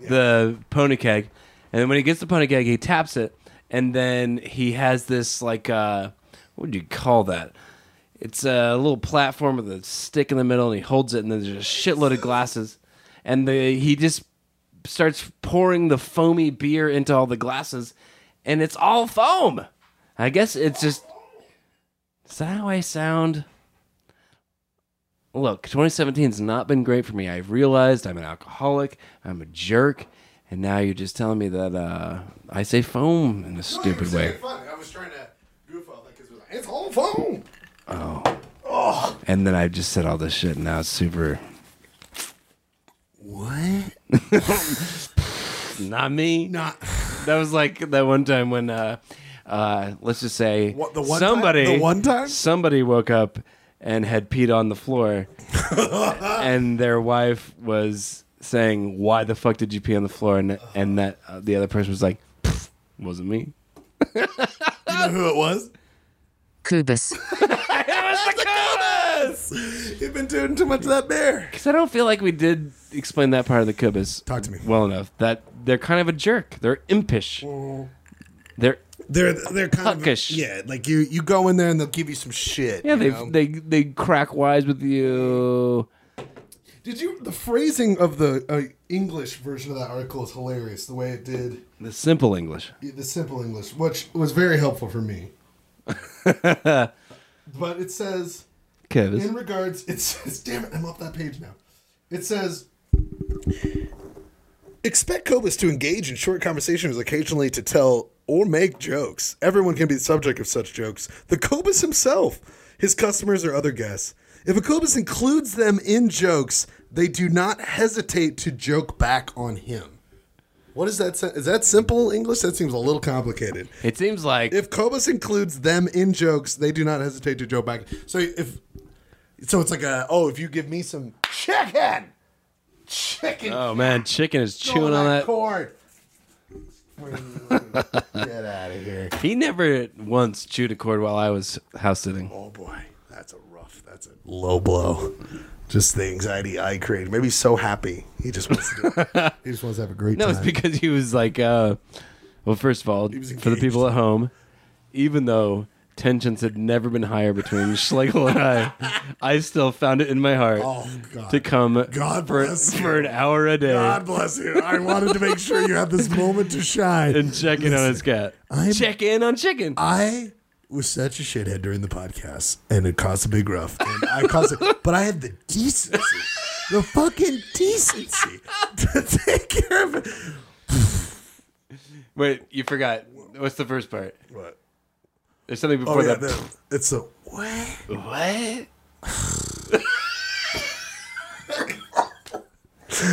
Speaker 2: the pony keg, and then when he gets the pony keg, he taps it, and then he has this like uh, what do you call that? It's a little platform with a stick in the middle, and he holds it, and then there's a shitload of glasses, and the, he just starts pouring the foamy beer into all the glasses, and it's all foam. I guess it's just. Is that how I sound? Look, 2017's not been great for me. I've realized I'm an alcoholic, I'm a jerk, and now you're just telling me that uh, I say foam in a stupid way.
Speaker 1: I was trying to goof off that because it was like, it's all foam.
Speaker 2: And then I just said all this shit, and now it's super.
Speaker 1: What?
Speaker 2: Not me.
Speaker 1: Not.
Speaker 2: That was like that one time when, uh, uh, let's just say,
Speaker 1: What, the one time?
Speaker 2: somebody,
Speaker 1: The one time?
Speaker 2: somebody woke up and had peed on the floor, and their wife was saying, "Why the fuck did you pee on the floor?" And and that uh, the other person was like, "Pfft, "Wasn't me."
Speaker 1: You know who it was?
Speaker 4: Kubus.
Speaker 1: You've been doing too much of that beer.
Speaker 2: Because I don't feel like we did explain that part of the kubus
Speaker 1: Talk to me.
Speaker 2: well enough. That they're kind of a jerk. They're impish. They're
Speaker 1: They're they're kind
Speaker 2: Puckish.
Speaker 1: of yeah. Like you you go in there and they'll give you some shit.
Speaker 2: yeah.
Speaker 1: you
Speaker 2: They
Speaker 1: know?
Speaker 2: they they crack wise with you.
Speaker 1: Did you the phrasing of the uh, English version of that article is hilarious. The way it did
Speaker 2: The simple English.
Speaker 1: the simple English, which was very helpful for me. but it says
Speaker 2: Kubus.
Speaker 1: in regards, it says, damn it, I'm off that page now. It says, expect Cobus to engage in short conversations occasionally to tell or make jokes. Everyone can be the subject of such jokes. The Cobus himself, his customers, or other guests. If a Cobus includes them in jokes, they do not hesitate to joke back on him. What is that? sen- Is that simple English? That seems a little complicated.
Speaker 2: It seems like
Speaker 1: If Cobus includes them in jokes, they do not hesitate to joke back. So if so it's like a oh, if you give me some chicken, chicken
Speaker 2: oh man, chicken is chewing on that.
Speaker 1: cord. Get out of here.
Speaker 2: He never once chewed a cord while I was house sitting.
Speaker 1: Oh boy, that's a rough. That's a low blow. Just the anxiety I created. Maybe he's so happy he just wants to. Do it. he just wants to have a great
Speaker 2: No,
Speaker 1: time.
Speaker 2: it's because he was like, uh, well, first of all,
Speaker 1: was
Speaker 2: for the
Speaker 1: engaged.
Speaker 2: people at home, even though tensions had never been higher between Schlegel and I, I still found it in my heart
Speaker 1: oh God.
Speaker 2: to come
Speaker 1: God
Speaker 2: for,
Speaker 1: bless you.
Speaker 2: for an hour a day
Speaker 1: God bless you. I wanted to make sure you had this moment to shine.
Speaker 2: and check in on his cat.
Speaker 1: I'm-
Speaker 2: check in on chicken.
Speaker 1: I was such a shithead during the podcast, and it caused a big rough. And I caused it, but I had the decency, the fucking decency, to take care of it.
Speaker 2: Wait, you forgot. What's the first part?
Speaker 1: What?
Speaker 2: There's something before
Speaker 1: Oh yeah,
Speaker 2: that.
Speaker 1: the- it's a what?
Speaker 2: What?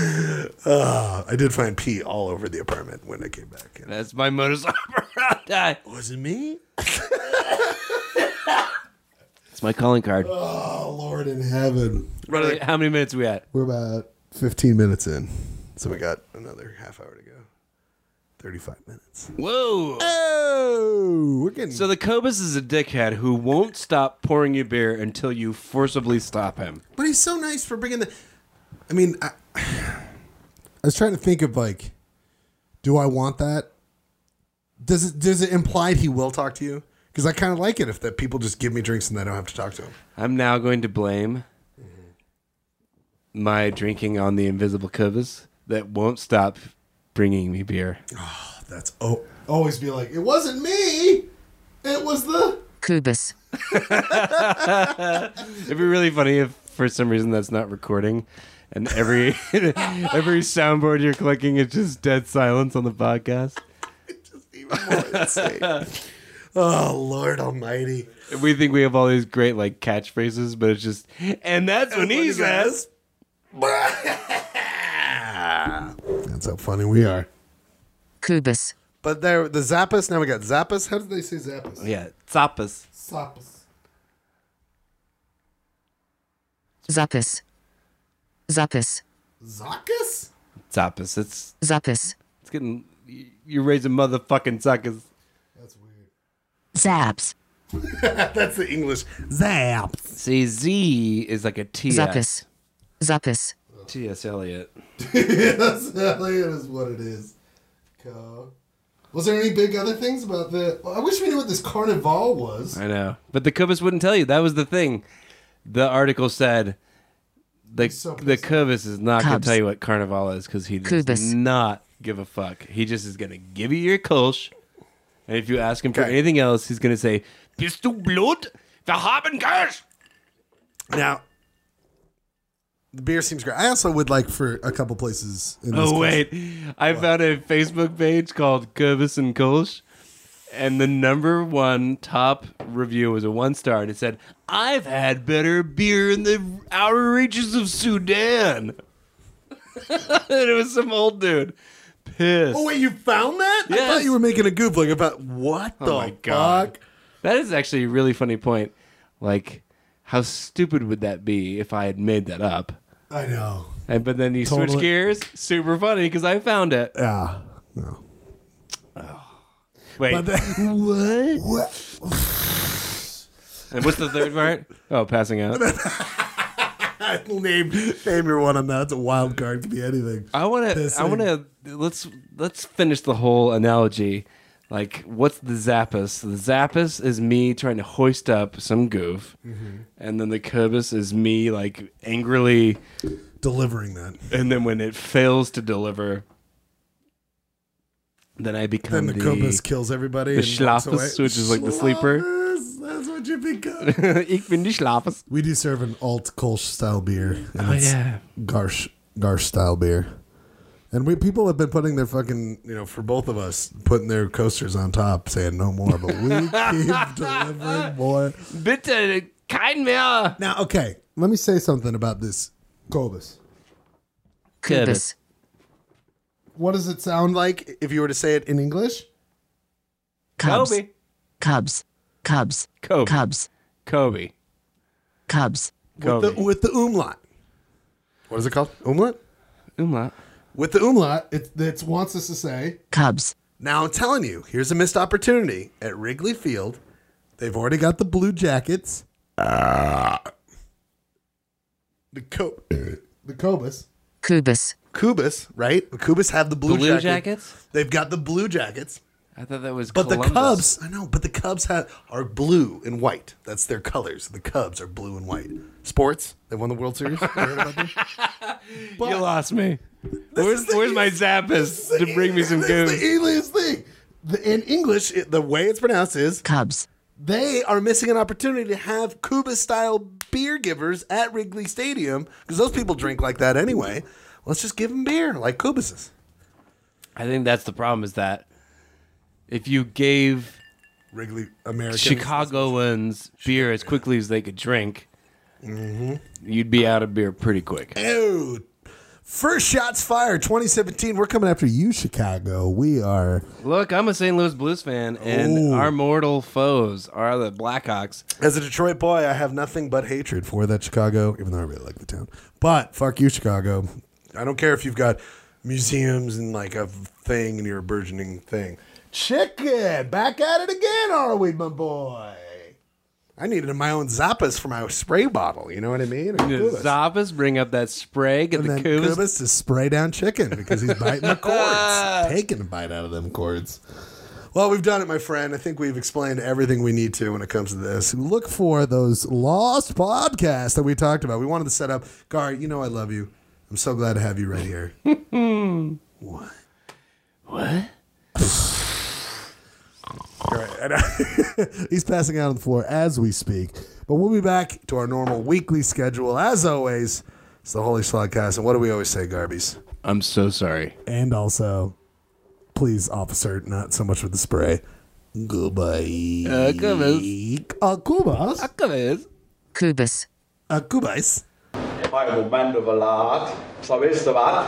Speaker 1: I did find pee all over the apartment when I came back. And
Speaker 2: That's my modus operandi.
Speaker 1: was it me?
Speaker 2: It's my calling card.
Speaker 1: Oh Lord in heaven!
Speaker 2: Wait, How many minutes are we at?
Speaker 1: We're about fifteen minutes in, so we got another half hour to go. Thirty-five minutes.
Speaker 2: Whoa.
Speaker 1: Oh, we're getting
Speaker 2: So the Cobus is a dickhead who won't stop pouring you beer until you forcibly stop him.
Speaker 1: But he's so nice for bringing the. I mean, I, I was trying to think of like, do I want that? Does it does it imply he will talk to you? Because I kind of like it if that people just give me drinks and I don't have to talk to him.
Speaker 2: I'm now going to blame my drinking on the invisible Cobus that won't stop bringing me beer.
Speaker 1: That's oh, always be like, it wasn't me, it was the.
Speaker 4: Kubus.
Speaker 2: It'd be really funny if for some reason that's not recording. And every every soundboard you're clicking, it's just dead silence on the podcast.
Speaker 1: Even more insane. Oh Lord Almighty!
Speaker 2: We think we have all these great like catchphrases, but it's just, and that's when he says,
Speaker 1: That's how funny we are.
Speaker 4: Kubus.
Speaker 1: But there, the Zappas. Now we got Zappas. How did they say Zappas?
Speaker 2: "Yeah, Zappas."
Speaker 1: Zappas.
Speaker 4: Zapis. Zapis.
Speaker 1: Zackus.
Speaker 2: Zappas. It's
Speaker 4: Zapis.
Speaker 2: it's getting y- you're raising motherfucking suckers.
Speaker 1: That's weird.
Speaker 4: Zaps.
Speaker 1: That's the English. Zaps.
Speaker 2: See, Z is like a T.
Speaker 4: Zapis. Zapis.
Speaker 2: T. S. Eliot.
Speaker 1: yes, Elliot is what it is. Co- Was there any big other things about the? Well, I wish we knew what this carnival was.
Speaker 2: I know, but the Cubus wouldn't tell you. That was the thing. The article said the
Speaker 1: so
Speaker 2: the
Speaker 1: pissed
Speaker 2: Cubus is not going to
Speaker 4: Cubs.
Speaker 2: tell you what Carnival is because he does
Speaker 4: Cubus.
Speaker 2: not give a fuck. He just is going to give you your Kolsch, and if you ask him for
Speaker 1: Okay.
Speaker 2: anything else, he's going to say, "Bist du Blut? Wir haben Cash."
Speaker 1: Now, the beer seems great. I also would like for a couple places. In this
Speaker 2: Oh wait, I found a Facebook page called Cubus and Kolsch, and the number one top review was a one star, and it said, "I've had better beer in the outer reaches of Sudan." and it was some old dude, pissed.
Speaker 1: Oh wait, you found that? I
Speaker 2: Yes.
Speaker 1: thought you were making a goof like about what the
Speaker 2: Oh, my
Speaker 1: fuck?
Speaker 2: God. That is actually a really funny point. Like, how stupid would that be if I had made that up?
Speaker 1: I know.
Speaker 2: And but then you switch
Speaker 1: Totally.
Speaker 2: gears, super funny because I found it.
Speaker 1: Yeah. No.
Speaker 2: Wait,
Speaker 1: what? What?
Speaker 2: and what's the third part? Oh, passing out.
Speaker 1: name name your one on that. It's a wild card. Could be anything.
Speaker 2: I want to. I
Speaker 1: Pissing.
Speaker 2: want to. Let's let's finish the whole analogy. Like, what's the Zappus? The Zappus is me trying to hoist up some goof,
Speaker 1: Mm-hmm.
Speaker 2: and then the Cubus is me like angrily,
Speaker 1: Delivering that.
Speaker 2: and then when it fails to deliver, then I
Speaker 1: Then
Speaker 2: become
Speaker 1: the
Speaker 2: the,
Speaker 1: Cobus kills everybody.
Speaker 2: the
Speaker 1: and walks away.
Speaker 2: Schlappus, which is like the sleeper.
Speaker 1: Schlappus, That's what you become.
Speaker 2: ich bin die Schlappus.
Speaker 1: we do serve an alt Kolsch style beer. And
Speaker 2: Oh
Speaker 1: it's
Speaker 2: yeah.
Speaker 1: Garsh Garsh style beer. And we people have been putting their fucking you know for both of us putting their coasters on top saying no more, but we keep delivering more.
Speaker 2: Bitte kein mehr.
Speaker 1: Now, okay, let me say something about this Cobus.
Speaker 4: Kubus.
Speaker 1: What does it sound like if you were to say it in English?
Speaker 4: Cubs.
Speaker 2: Kobe.
Speaker 4: Cubs. Cubs.
Speaker 2: Kobe.
Speaker 4: Cubs.
Speaker 2: Kobe.
Speaker 4: Cubs.
Speaker 1: With the,
Speaker 2: Kobe.
Speaker 1: with the umlaut. What is it called? Umlaut?
Speaker 2: Umlaut.
Speaker 1: With the umlaut, it, it wants us to say
Speaker 4: Cubs.
Speaker 1: Now I'm telling you, here's a missed opportunity at Wrigley Field. They've already got the Blue Jackets. Ah. the Co- the Cobus.
Speaker 4: Kubus.
Speaker 1: Cubus, right? The Cubus have the blue,
Speaker 2: Blue
Speaker 1: Jacket-
Speaker 2: Jackets?
Speaker 1: They've got the blue jackets,
Speaker 2: I thought that was.
Speaker 1: but
Speaker 2: Columbus.
Speaker 1: the Cubs. I know, but the Cubs have are blue and white. That's their colors. The Cubs are blue and white. Sports. They won the World Series. You heard about that?
Speaker 2: You lost me.
Speaker 1: is
Speaker 2: Where's,
Speaker 1: the
Speaker 2: where's my
Speaker 1: eas-
Speaker 2: Zappus to bring me some
Speaker 1: That's
Speaker 2: goons?
Speaker 1: e- the easiest thing. The- in English, it, the way it's pronounced is
Speaker 4: Cubs.
Speaker 1: they are missing an opportunity to have Cuba style beer givers at Wrigley Stadium because those people drink like that anyway. Let's just give them beer like Cubus's.
Speaker 2: I think that's the problem is that if you gave
Speaker 1: Wrigley American
Speaker 2: Chicagoans beer as quickly as they could drink,
Speaker 1: Mm-hmm.
Speaker 2: you'd be out of beer pretty quick.
Speaker 1: Oh, first shots fired 2017. We're coming after you, Chicago. We are.
Speaker 2: Look, I'm a St. Louis Blues fan, and
Speaker 1: Ooh.
Speaker 2: our mortal foes are the Blackhawks.
Speaker 1: As a Detroit boy, I have nothing but hatred for that Chicago, even though I really like the town. But fuck you, Chicago. I don't care if you've got museums and like a thing and you're a burgeoning thing. Chicken, back at it again, are we, my boy? I needed my own Zappas for my spray bottle. You know what I mean? Or Cubas.
Speaker 2: Zappas bring up that spray, get
Speaker 1: and
Speaker 2: the
Speaker 1: then
Speaker 2: coos.
Speaker 1: Cubas to spray down chicken because he's biting the cords, taking a bite out of them cords. Well, we've done it, my friend. I think we've explained everything we need to when it comes to this. Look for those lost podcasts that we talked about. We wanted to set up. Gar, you know I love you. I'm so glad to have you right here. what?
Speaker 2: What?
Speaker 1: He's passing out on the floor as we speak. But we'll be back to our normal weekly schedule. As always, it's the Holy Slogcast. And what do we always say, Garbies?
Speaker 2: I'm so sorry.
Speaker 1: And also, please, officer, not so much with the spray. Goodbye.
Speaker 2: Uh, Cubs.
Speaker 1: Uh, Cubas.
Speaker 4: Kubus.
Speaker 1: Uh, Cubas.
Speaker 6: Hey, Moment überlegt. So, weißt du was?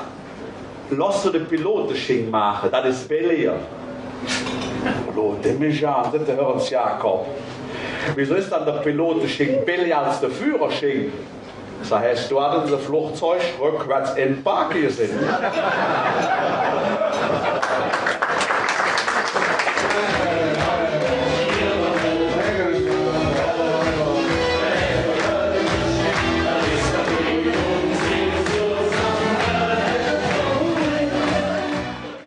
Speaker 6: Lass dir den Pilotenschein machen, das ist billiger. Hallo, dem ist ja, das hören Sie, Jakob. Wieso ist dann der Pilotenschein billiger als der Führerschein? Das heißt, du hattest das Flugzeug rückwärts in den Park gesehen.